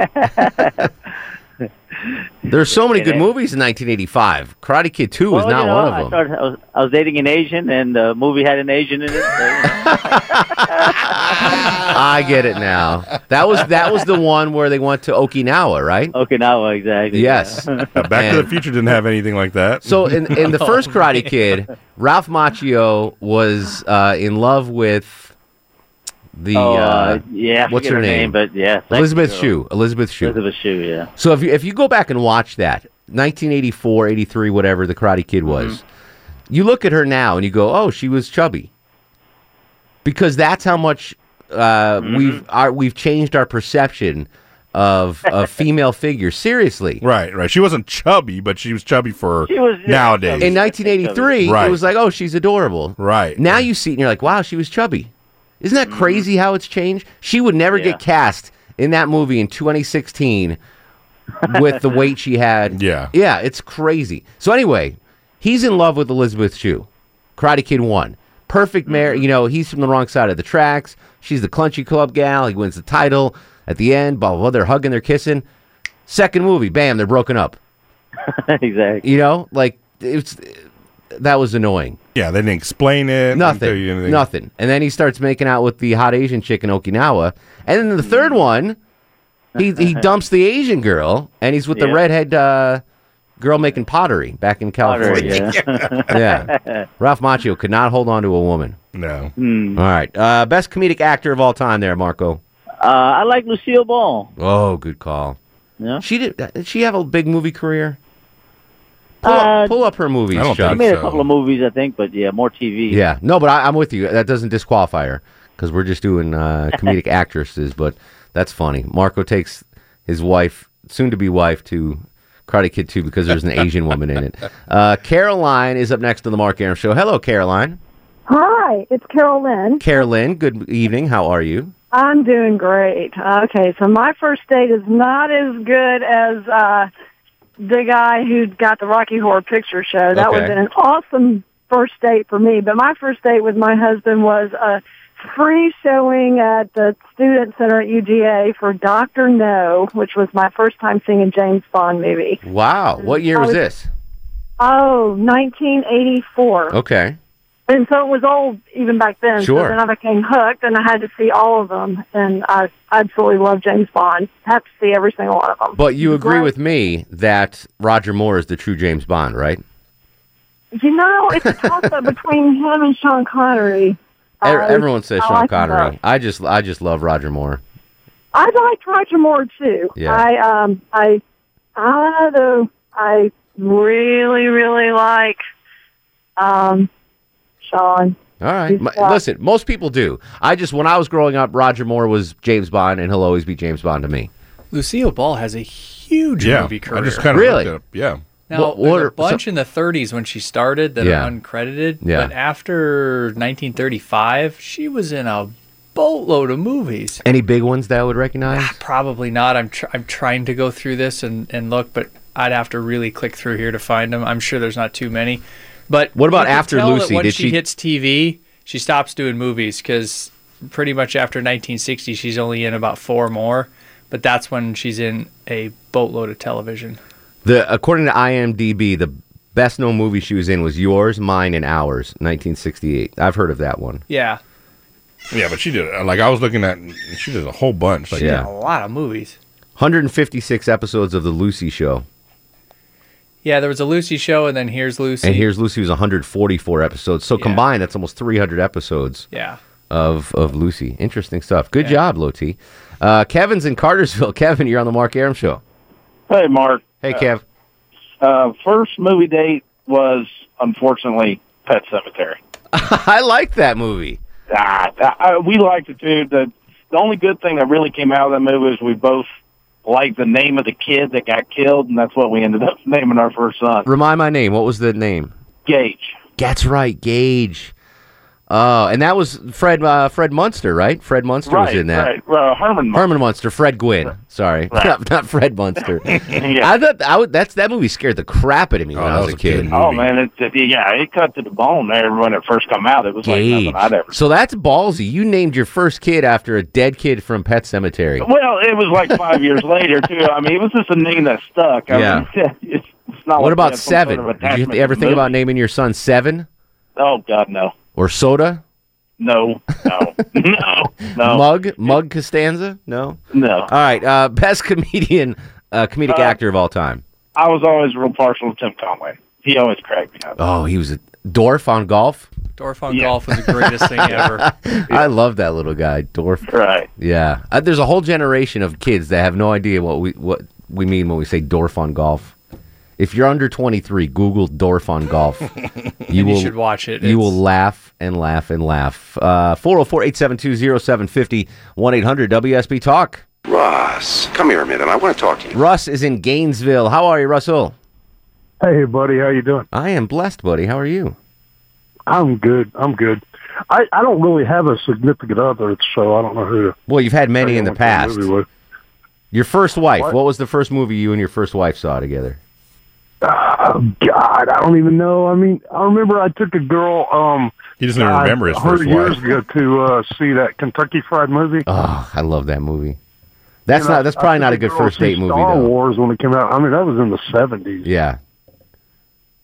Speaker 2: There's so many good movies in 1985. Karate Kid 2 was
Speaker 22: Well,
Speaker 2: not
Speaker 22: you know,
Speaker 2: one of
Speaker 22: I
Speaker 2: them.
Speaker 22: started- I, was, I was dating an Asian, and the movie had an Asian in it.
Speaker 2: I get it now. That was that was the one where they went to Okinawa, right?
Speaker 22: Okinawa, exactly. (laughs)
Speaker 2: Yes.
Speaker 4: Back to the Future didn't have anything like that.
Speaker 2: So in in the first Karate Kid, Ralph Macchio was uh, in love with the
Speaker 22: Oh,
Speaker 2: uh,
Speaker 22: uh, yeah, I
Speaker 2: what's
Speaker 22: forget
Speaker 2: her
Speaker 22: her
Speaker 2: name?
Speaker 22: name, but yeah, thank
Speaker 2: Elizabeth
Speaker 22: you.
Speaker 2: Shue. Elizabeth Shue.
Speaker 22: Elizabeth Shue. Yeah. (laughs)
Speaker 2: So if you if you go back and watch that 1984, 83, whatever the Karate Kid was, you look at her now and you go, "Oh, she was chubby," because that's how much uh, we've our, we've changed our perception of of female figures. Seriously,
Speaker 4: right, right. She wasn't chubby, but she was chubby for
Speaker 2: She was-
Speaker 4: nowadays.
Speaker 2: in 1983,
Speaker 4: Right.
Speaker 2: it was like, "Oh, she's adorable." Right. Now you see it and you're like, "Wow, she was chubby." Isn't that crazy how it's changed? She would never get cast in that movie in 2016 with the weight she had. (laughs) Yeah. Yeah, it's crazy. So anyway, he's in love with Elizabeth Shue. Karate Kid 1. Perfect marriage. You know, he's from the wrong side of the tracks. She's the clunchy club gal. He wins the title at the end. Blah, blah, blah. They're hugging, they're kissing. Second movie, bam, they're broken up.
Speaker 22: exactly.
Speaker 2: You know, like, it's that was annoying.
Speaker 4: Yeah, they didn't explain it.
Speaker 2: Nothing.
Speaker 4: tell you anything.
Speaker 2: Nothing. And then he starts making out with the hot Asian chick in Okinawa. And then the third one, he
Speaker 22: (laughs)
Speaker 2: he dumps the Asian girl, and he's with the
Speaker 22: Yeah.
Speaker 2: redhead uh, girl making pottery back in California. (laughs)
Speaker 22: Pottery,
Speaker 2: yeah.
Speaker 22: yeah.
Speaker 2: Ralph Macchio could not hold on to a woman.
Speaker 4: No.
Speaker 22: Mm-hmm.
Speaker 2: All right. Uh, best comedic actor of all time, there, Marco.
Speaker 22: Uh, I like Lucille Ball.
Speaker 2: Oh, good call.
Speaker 22: Yeah.
Speaker 2: She did. uh, Did she have a big movie career? Pull,
Speaker 22: Uh,
Speaker 2: up, pull up her movies.
Speaker 22: She
Speaker 2: Chuck.
Speaker 22: made a couple of movies, I think, but yeah, more TV.
Speaker 2: Yeah, no, but I, I'm with you. That doesn't disqualify her because we're just doing uh, comedic actresses. But that's funny. Marco takes his wife, soon to be wife, to Karate Kid 2 because there's an Asian woman in it. Uh, Caroline is up next on the Mark Aram Show. Hello, Caroline.
Speaker 23: Hi, it's Carol Lynn.
Speaker 2: Carolyn, good evening. How are you?
Speaker 23: I'm doing great. Okay, so my first date is not as good as uh, the guy who got the Rocky Horror Picture Show. That would
Speaker 24: Okay.
Speaker 23: have been an awesome first date for me. But my first date with my husband was a free showing at the Student Center at UGA for Doctor No, which was my first time seeing a James Bond movie.
Speaker 2: Wow. What year
Speaker 23: I
Speaker 2: was
Speaker 23: was-
Speaker 2: this?
Speaker 23: Oh, 1984.
Speaker 2: Okay.
Speaker 23: And so it was old even back then.
Speaker 2: Sure.
Speaker 23: So then I became hooked, and I had to see all of them. And I absolutely love James Bond. Have to see every single one of them.
Speaker 2: But you agree with me that Roger Moore is the true James Bond, right? E-
Speaker 23: You know, it's a
Speaker 2: (laughs)
Speaker 23: toss-up between him and Sean Connery.
Speaker 2: E-
Speaker 23: Uh,
Speaker 2: Everyone says
Speaker 23: I
Speaker 2: Sean
Speaker 23: like them
Speaker 2: Connery.
Speaker 23: both.
Speaker 2: I just I just love Roger Moore.
Speaker 23: I liked Roger Moore too.
Speaker 2: Yeah.
Speaker 23: I um I I don't know. I really really like um Sean.
Speaker 2: All right.
Speaker 23: He's
Speaker 2: M-
Speaker 23: got-
Speaker 2: Listen, most people do. I just when I was growing up, Roger Moore was James Bond, and he'll always be James Bond to me.
Speaker 6: Lucille Ball has a huge
Speaker 2: Yeah,
Speaker 6: movie
Speaker 2: I
Speaker 6: career.
Speaker 2: just kinda Really? looked it up,
Speaker 4: Yeah.
Speaker 6: Now,
Speaker 2: What- what
Speaker 6: there's
Speaker 2: are-
Speaker 6: a bunch in the 30s when she started that
Speaker 2: Yeah.
Speaker 6: are uncredited.
Speaker 2: Yeah.
Speaker 6: But after 1935, she was in a boatload of movies.
Speaker 2: Any big ones that I would recognize?
Speaker 6: Probably not. I'm tr- I'm trying to go through this and, and look, but I'd have to really click through here to find them. I'm sure there's not too many. But
Speaker 2: What about
Speaker 6: you can
Speaker 2: after
Speaker 6: tell that
Speaker 2: Lucy?
Speaker 6: when
Speaker 2: Did
Speaker 6: she,
Speaker 2: she-
Speaker 6: hits TV, she stops doing movies because pretty much after 1960, she's only in about four more. But that's when she's in a boatload of television.
Speaker 2: The according to IMDb, the best known movie she was in was Yours, Mine, and Ours, 1968. I've heard of that one.
Speaker 6: Yeah,
Speaker 4: Yeah, but she did uh, like I was looking at. She did a whole bunch. Like,
Speaker 6: she
Speaker 2: Yeah.
Speaker 6: did a lot of movies.
Speaker 2: 156 episodes of the Lucy Show,
Speaker 6: Yeah, there was a Lucy show, and then here's Lucy.
Speaker 2: and here's Lucy was 144 episodes. So combined, that's almost 300 episodes.
Speaker 6: Yeah.
Speaker 2: Of of Lucy, interesting stuff. Good job, Loti. Uh, Kevin's in Cartersville. (laughs) Kevin, you're on the Mark Aram Show.
Speaker 5: Hey, Mark.
Speaker 2: Hey, Kev.
Speaker 5: Uh, first movie date was unfortunately Pet Cemetery.
Speaker 2: I like that movie.
Speaker 5: Ah, I, I, we liked it too. The the only good thing that really came out of that movie is we both liked the name of the kid that got killed, and that's what we ended up (laughs) naming our first son,
Speaker 2: Remind my name. What was the name?
Speaker 5: Gage.
Speaker 2: That's right, Gage. Oh, and that was Fred uh, Fred Munster, right? Fred Munster was
Speaker 5: Right,
Speaker 2: in that.
Speaker 5: right. Well, Herman (laughs) Munster.
Speaker 2: Herman Munster, Fred Gwynn. Sorry, (laughs)
Speaker 5: Right.
Speaker 2: not, not Fred
Speaker 5: (laughs)
Speaker 2: Munster. I thought I would, that's that movie scared the crap out of me when I was a kid.
Speaker 5: Oh man, it, it, yeah, it cut to the bone there when it first come out. It was like
Speaker 2: Gage.
Speaker 5: nothing I'd ever.
Speaker 2: So that's ballsy. You named your first kid after a dead kid from Pet Cemetery.
Speaker 5: Well, it was like five years later too. I mean, it was just a name that stuck. I
Speaker 2: Yeah.
Speaker 5: Mean, (laughs) it's, it's not.
Speaker 2: What
Speaker 5: like
Speaker 2: about
Speaker 5: we had some sort
Speaker 2: Seven?
Speaker 5: of
Speaker 2: Did you
Speaker 5: attachment
Speaker 2: ever
Speaker 5: to
Speaker 2: think
Speaker 5: the
Speaker 2: about
Speaker 5: movie.
Speaker 2: naming your son Seven
Speaker 5: Oh God, no,
Speaker 2: or Soda?
Speaker 5: no,
Speaker 2: (laughs)
Speaker 5: no, (laughs) no, no.
Speaker 2: Mug Mug Costanza? No.
Speaker 5: No.
Speaker 2: All right. Uh, (laughs) best comedian, uh, comedic
Speaker 5: Uh,
Speaker 2: actor of all time.
Speaker 5: I was always real partial to Tim Conway. He always cracked me up.
Speaker 2: Oh, he was a Dorf on golf.
Speaker 6: Dorf on Golf was the greatest thing ever.
Speaker 2: I love that little guy, Dorf.
Speaker 5: Right.
Speaker 2: Yeah. Uh, there's a whole generation of kids that have no idea what we what we mean when we say Dorf on golf. If you're under 23, Google Dorf on (laughs) golf.
Speaker 6: you should watch it.
Speaker 2: You will laugh and laugh and laugh. Uh, 404 872 0750 1 800 WSB Talk.
Speaker 8: Russ, come here a minute. I want to talk to you.
Speaker 2: Russ is in Gainesville. How are you, Russell?
Speaker 8: Hey, buddy. How you doing?
Speaker 2: I am blessed, buddy. How are you?
Speaker 8: I'm good. I'm good. I, I don't really have a significant other, so I don't know who. to-
Speaker 2: Well, you've had many in the
Speaker 8: went to the
Speaker 2: past.
Speaker 8: movie
Speaker 2: Your first wife.
Speaker 8: What?
Speaker 2: What? was the first movie you and your first wife saw together?
Speaker 8: Oh God, I don't even know. I mean, I remember I took a girl. Um,
Speaker 4: he
Speaker 2: doesn't even remember his
Speaker 8: her
Speaker 2: first
Speaker 8: years
Speaker 2: wife.
Speaker 8: ago to uh, see that Kentucky Fried movie.
Speaker 2: Oh, I love that movie. That's
Speaker 8: And I-
Speaker 2: not. That's
Speaker 8: I
Speaker 2: probably
Speaker 8: took
Speaker 2: not a good
Speaker 8: girl to
Speaker 2: first
Speaker 8: see
Speaker 2: date movie
Speaker 8: Star
Speaker 2: though.
Speaker 8: Wars when it came out. I mean, that was in the seventies.
Speaker 2: Yeah,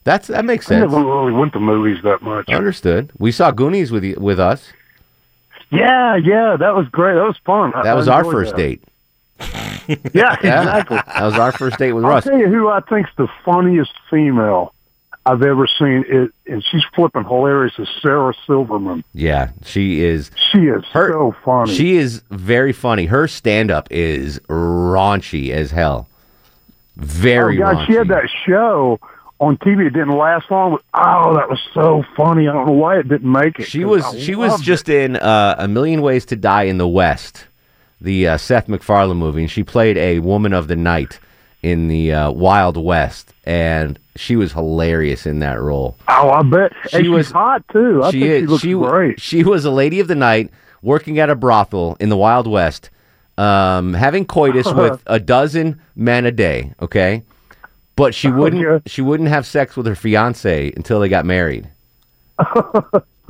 Speaker 2: that's that makes
Speaker 8: I
Speaker 2: sense.
Speaker 8: never really went to movies that much.
Speaker 2: Understood. We saw Goonies with you, with us.
Speaker 8: Yeah, yeah, that was great. That was fun. I-
Speaker 2: That
Speaker 8: I
Speaker 2: was our
Speaker 8: enjoyed
Speaker 2: first
Speaker 8: that.
Speaker 2: date. (laughs)
Speaker 8: Yeah, (laughs) exactly.
Speaker 2: That was our first
Speaker 8: (laughs)
Speaker 2: date with
Speaker 8: I'll
Speaker 2: Russ.
Speaker 8: tell you who I think's the funniest female I've ever seen, it, and she's flipping hilarious. Is Sarah Silverman?
Speaker 2: Yeah, she is.
Speaker 8: She is so funny.
Speaker 2: She is very funny. Her stand up is raunchy as hell. Very
Speaker 8: oh God,
Speaker 2: raunchy.
Speaker 8: she had that show on TV. It didn't last long. But, oh, that was so funny. I don't know why it didn't make it.
Speaker 2: She was she was just in uh, a million ways to die in the West, the uh, Seth MacFarlane movie, and she played a woman of the night in the uh, Wild West, and she was hilarious in that role.
Speaker 8: Oh, I bet
Speaker 2: She
Speaker 8: and she's
Speaker 2: was-
Speaker 8: hot too. I think she
Speaker 2: is-
Speaker 8: looks
Speaker 2: w-
Speaker 8: great.
Speaker 2: She was a lady of the night working at a brothel in the Wild West, um, having coitus
Speaker 8: (laughs)
Speaker 2: with a dozen men a day. Okay,
Speaker 8: (laughs) Oh,
Speaker 2: but she wouldn't she wouldn't have sex with her fiance until they got married.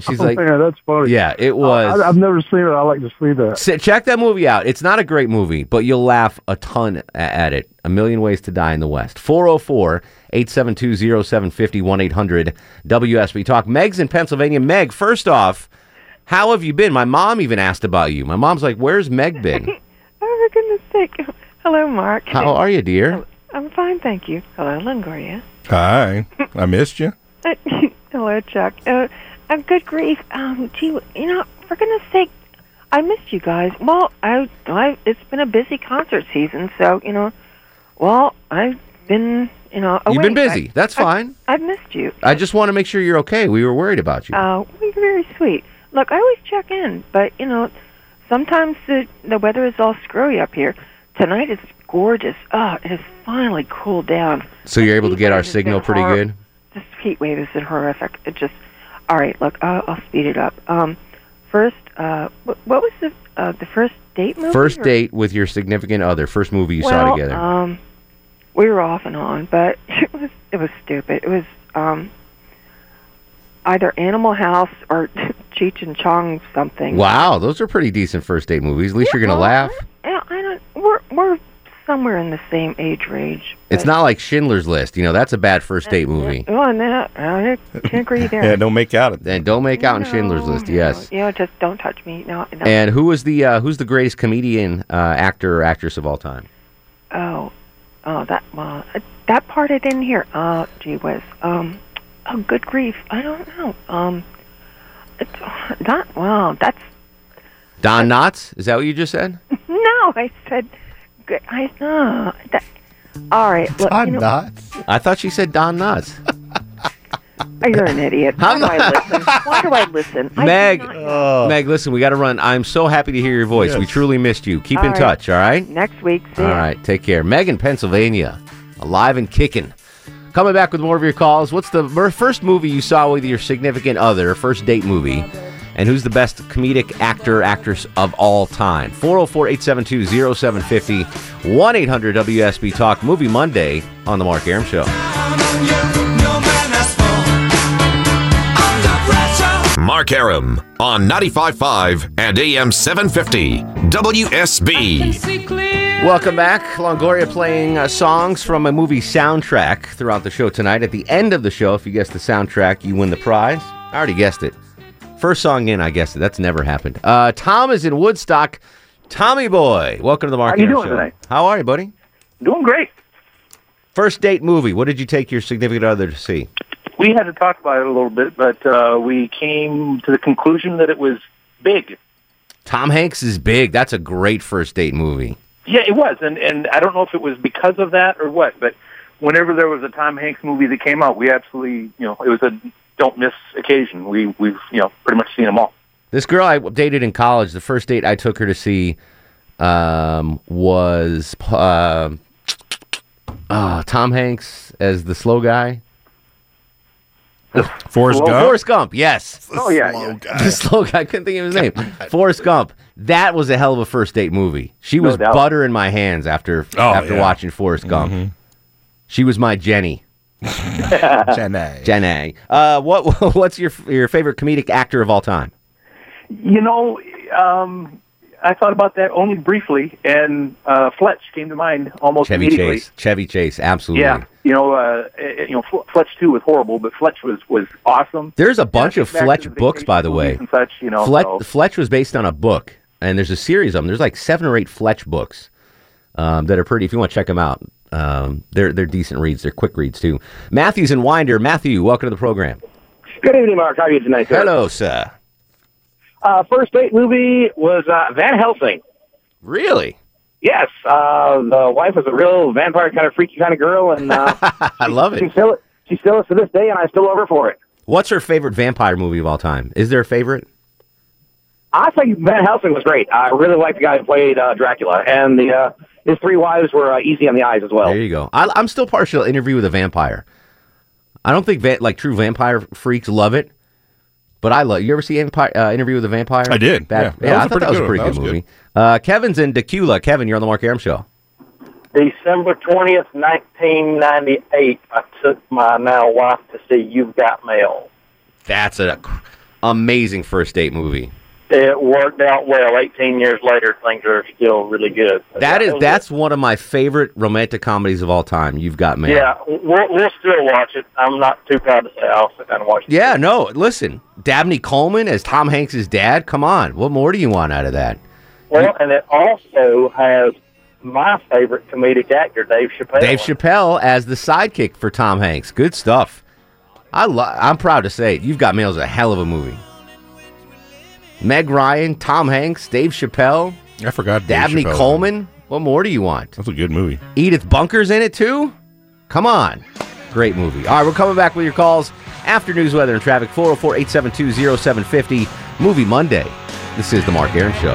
Speaker 2: She's
Speaker 8: (laughs) Oh,
Speaker 2: like,
Speaker 8: man, that's funny.
Speaker 2: yeah, it was.
Speaker 8: I, I've never seen it. I like to see that.
Speaker 2: S- Check that movie out. It's not a great movie, but you'll laugh a ton a- at it. A Million Ways to Die in the West. 404 872 0750 1 800 WSB Talk. Meg's in Pennsylvania. Meg, first off, how have you been? My mom even asked about you. My mom's like, Where's Meg been?
Speaker 1: Oh, for goodness sake. Hello, Mark.
Speaker 2: How are you, dear?
Speaker 1: I'm fine, thank you. Hello, Longoria.
Speaker 4: Hi. I missed you.
Speaker 1: Uh, (laughs) Hello, Chuck. Uh, uh, good grief. Um, gee, you know, for goodness sake, I missed you guys. Well, I, I, it's been a busy concert season, so, you know, well, I've been, you know,
Speaker 2: You've been
Speaker 1: away.
Speaker 2: busy. That's
Speaker 1: I-
Speaker 2: fine.
Speaker 1: I've missed you.
Speaker 2: I just want to make sure you're okay. We were worried about you.
Speaker 1: Oh, well, you're very sweet. Look, I always check in, but you know, sometimes the the weather is all screwy up here. Tonight it's gorgeous. Oh, it has finally cooled down.
Speaker 2: So you're able to get our signal pretty
Speaker 1: horrible.
Speaker 2: good?
Speaker 1: This heat wave has been horrific. It just. All right, look, Uh, I'll, I'll speed it up. Um, first, uh, what, what was the uh, the first date movie?
Speaker 2: First
Speaker 1: or-
Speaker 2: date with your significant other. First movie you
Speaker 1: well,
Speaker 2: saw together.
Speaker 1: Um, we were off and on, but (laughs) it was it was stupid. It was um, either Animal House or (laughs) Cheech and Chong something.
Speaker 2: wow, those are pretty decent first date movies. At least you're going to laugh.
Speaker 1: I I don't. We're we're somewhere in the same age range.
Speaker 2: It's not like Schindler's List. You know, that's a bad first date movie.
Speaker 1: Oh, no, I can agree there.
Speaker 2: don't make out. And don't make out in Schindler's List. Yes.
Speaker 1: You know, just don't touch me. No, no.
Speaker 2: And who was the uh, who's the greatest comedian, uh, actor, or actress of all time?
Speaker 1: oh, oh, that well, uh, that part I didn't hear. Oh, gee whiz. Um, oh, good grief. I don't know. Um, it's (sighs) not. Wow, that's
Speaker 2: Don Knotts. Is that what you just said?
Speaker 1: no. I said. Good. I know. that. All right. Look, you know,
Speaker 2: I thought she said Don Knotts.
Speaker 1: Oh, you're an
Speaker 2: (laughs)
Speaker 1: idiot. Why do I listen? Why do I listen? I do
Speaker 2: Meg,
Speaker 1: not-
Speaker 2: Meg, listen, we got to run. I'm so happy to hear your voice. We truly missed you. Keep
Speaker 1: All
Speaker 2: in
Speaker 1: right.
Speaker 2: touch. All right.
Speaker 1: Next week. See
Speaker 2: All
Speaker 1: ya.
Speaker 2: right, take care. Megan, Pennsylvania, alive and kicking. Coming back with more of your calls. What's the mer- first movie you saw with your significant other, first date movie? And who's the best comedic actor, actress of all time? 404 872 0750 1 800 WSB Talk Movie Monday on The Mark Aram Show.
Speaker 13: Mark Aram on 95.5 and AM 750 WSB.
Speaker 2: Welcome back. Longoria playing uh, songs from a movie soundtrack throughout the show tonight. At the end of the show, if you guess the soundtrack, you win the prize. I already guessed it. First song in, I guessed it. That's never happened. Uh, Tom is in Woodstock. Tommy boy, welcome to the
Speaker 7: How
Speaker 2: Mark
Speaker 7: you
Speaker 2: Aram
Speaker 7: doing
Speaker 2: Show.
Speaker 7: today?
Speaker 2: How are you, buddy?
Speaker 7: Doing great.
Speaker 2: First date movie. What did you take your significant other to see?
Speaker 7: We had to talk about it a little bit, but uh, we came to the conclusion that it was big.
Speaker 2: Tom Hanks is big. That's a great first date movie.
Speaker 7: Yeah, it was, and and I don't know if it was because of that or what, but whenever there was a Tom Hanks movie that came out, we absolutely, you know, it was a don't miss occasion. We we've you know pretty much seen them all.
Speaker 2: This girl I dated in college, the first date I took her to see um, was uh, uh, Tom Hanks as the slow guy.
Speaker 4: Forrest
Speaker 2: Well,
Speaker 4: Gump?
Speaker 2: Forrest Gump, yes. (laughs)
Speaker 7: Oh yeah, (laughs)
Speaker 2: The slow guy. I couldn't think of his name. Forrest Gump. That was a hell of a first date movie. She
Speaker 7: No
Speaker 2: was
Speaker 7: doubt. Oh,
Speaker 2: butter in my hands after after
Speaker 7: yeah. Mm-hmm.
Speaker 2: watching Forrest Gump. She was my Jenny.
Speaker 7: yeah.
Speaker 2: Jenny. Jenny. Uh, what (laughs) what's your your favorite comedic actor of all time?
Speaker 7: you know, um, I thought about that only briefly, and uh, Fletch came to mind almost
Speaker 2: Chevy
Speaker 7: immediately.
Speaker 2: Chase. Chevy Chase, absolutely.
Speaker 7: Yeah, you know, uh, eh, you know, Fl- Fletch too was horrible, but Fletch was was awesome.
Speaker 2: There's a
Speaker 7: And I
Speaker 2: bunch
Speaker 7: think
Speaker 2: of
Speaker 7: back to
Speaker 2: Fletch
Speaker 7: the
Speaker 2: books, by the way.
Speaker 7: and such, you know,
Speaker 2: Fletch,
Speaker 7: so-
Speaker 2: Fletch was based on a book, and there's a series of them. There's like seven or eight Fletch books um, that are pretty. If you want to check them out, um, they're they're decent reads. They're quick reads too. Matthews and Winder. Matthew, welcome to the program.
Speaker 9: Good evening, Mark. How are you tonight, sir?
Speaker 2: Hello, sir.
Speaker 9: Uh, first date movie was uh, Van Helsing.
Speaker 2: Really? (laughs)
Speaker 9: Yes. Uh, the wife was a real vampire kind of freaky kind of girl, and
Speaker 2: (laughs)
Speaker 9: uh,
Speaker 2: I love
Speaker 23: (laughs)
Speaker 9: she's
Speaker 2: it.
Speaker 9: still she's still is to this day, and I still love her for it.
Speaker 2: What's her favorite vampire movie of all time? Is there a favorite?
Speaker 9: I think Van Helsing was great. I really liked the guy who played uh, Dracula, and the uh, his three wives were uh, easy on the eyes as well.
Speaker 4: Oh.
Speaker 2: There you go. I, I'm still partial to interview with a vampire. I don't think va- like true vampire freaks love it, but I love. You ever see Empire, uh, Interview with a Vampire?
Speaker 4: I did, yeah.
Speaker 2: Bad,
Speaker 4: That was
Speaker 2: yeah, I
Speaker 4: a
Speaker 2: thought
Speaker 4: pretty
Speaker 2: that was a
Speaker 4: good
Speaker 2: pretty
Speaker 4: one.
Speaker 2: good,
Speaker 4: That was
Speaker 2: movie. Uh, Kevin's in Decula. Kevin, you're on the Mark Aram Show.
Speaker 24: December 20th, 1998, I took my now wife to see You've Got Mail.
Speaker 2: That's a Amazing first date movie.
Speaker 24: It worked out well. 18 years later, things are still really good.
Speaker 2: That is
Speaker 24: was
Speaker 2: that's one of my favorite romantic comedies of all time. You've got mail.
Speaker 24: Yeah, we'll, we'll still watch it. I'm not too proud to say I'll sit down and watch it.
Speaker 2: Yeah, no, listen. Dabney Coleman as Tom Hanks' dad. Come on. What more do you want out of that?
Speaker 24: Well, and it also has my favorite comedic actor, Dave Chappelle.
Speaker 2: Dave Chappelle as the sidekick for Tom Hanks. Good stuff. I lo- I'm proud to say it. You've Got Mail's a hell of a movie. Meg Ryan, Tom Hanks, Dave Chappelle.
Speaker 4: (laughs) I forgot.
Speaker 2: Dabney
Speaker 4: Chappelle.
Speaker 2: Coleman. What more do you want?
Speaker 4: That's a good movie.
Speaker 2: Edith Bunker's in it too? Come on. Great movie. All right, we're coming back with your calls after news, weather, and traffic 404 872 0750. Movie Monday. This is The Mark Aaron Show.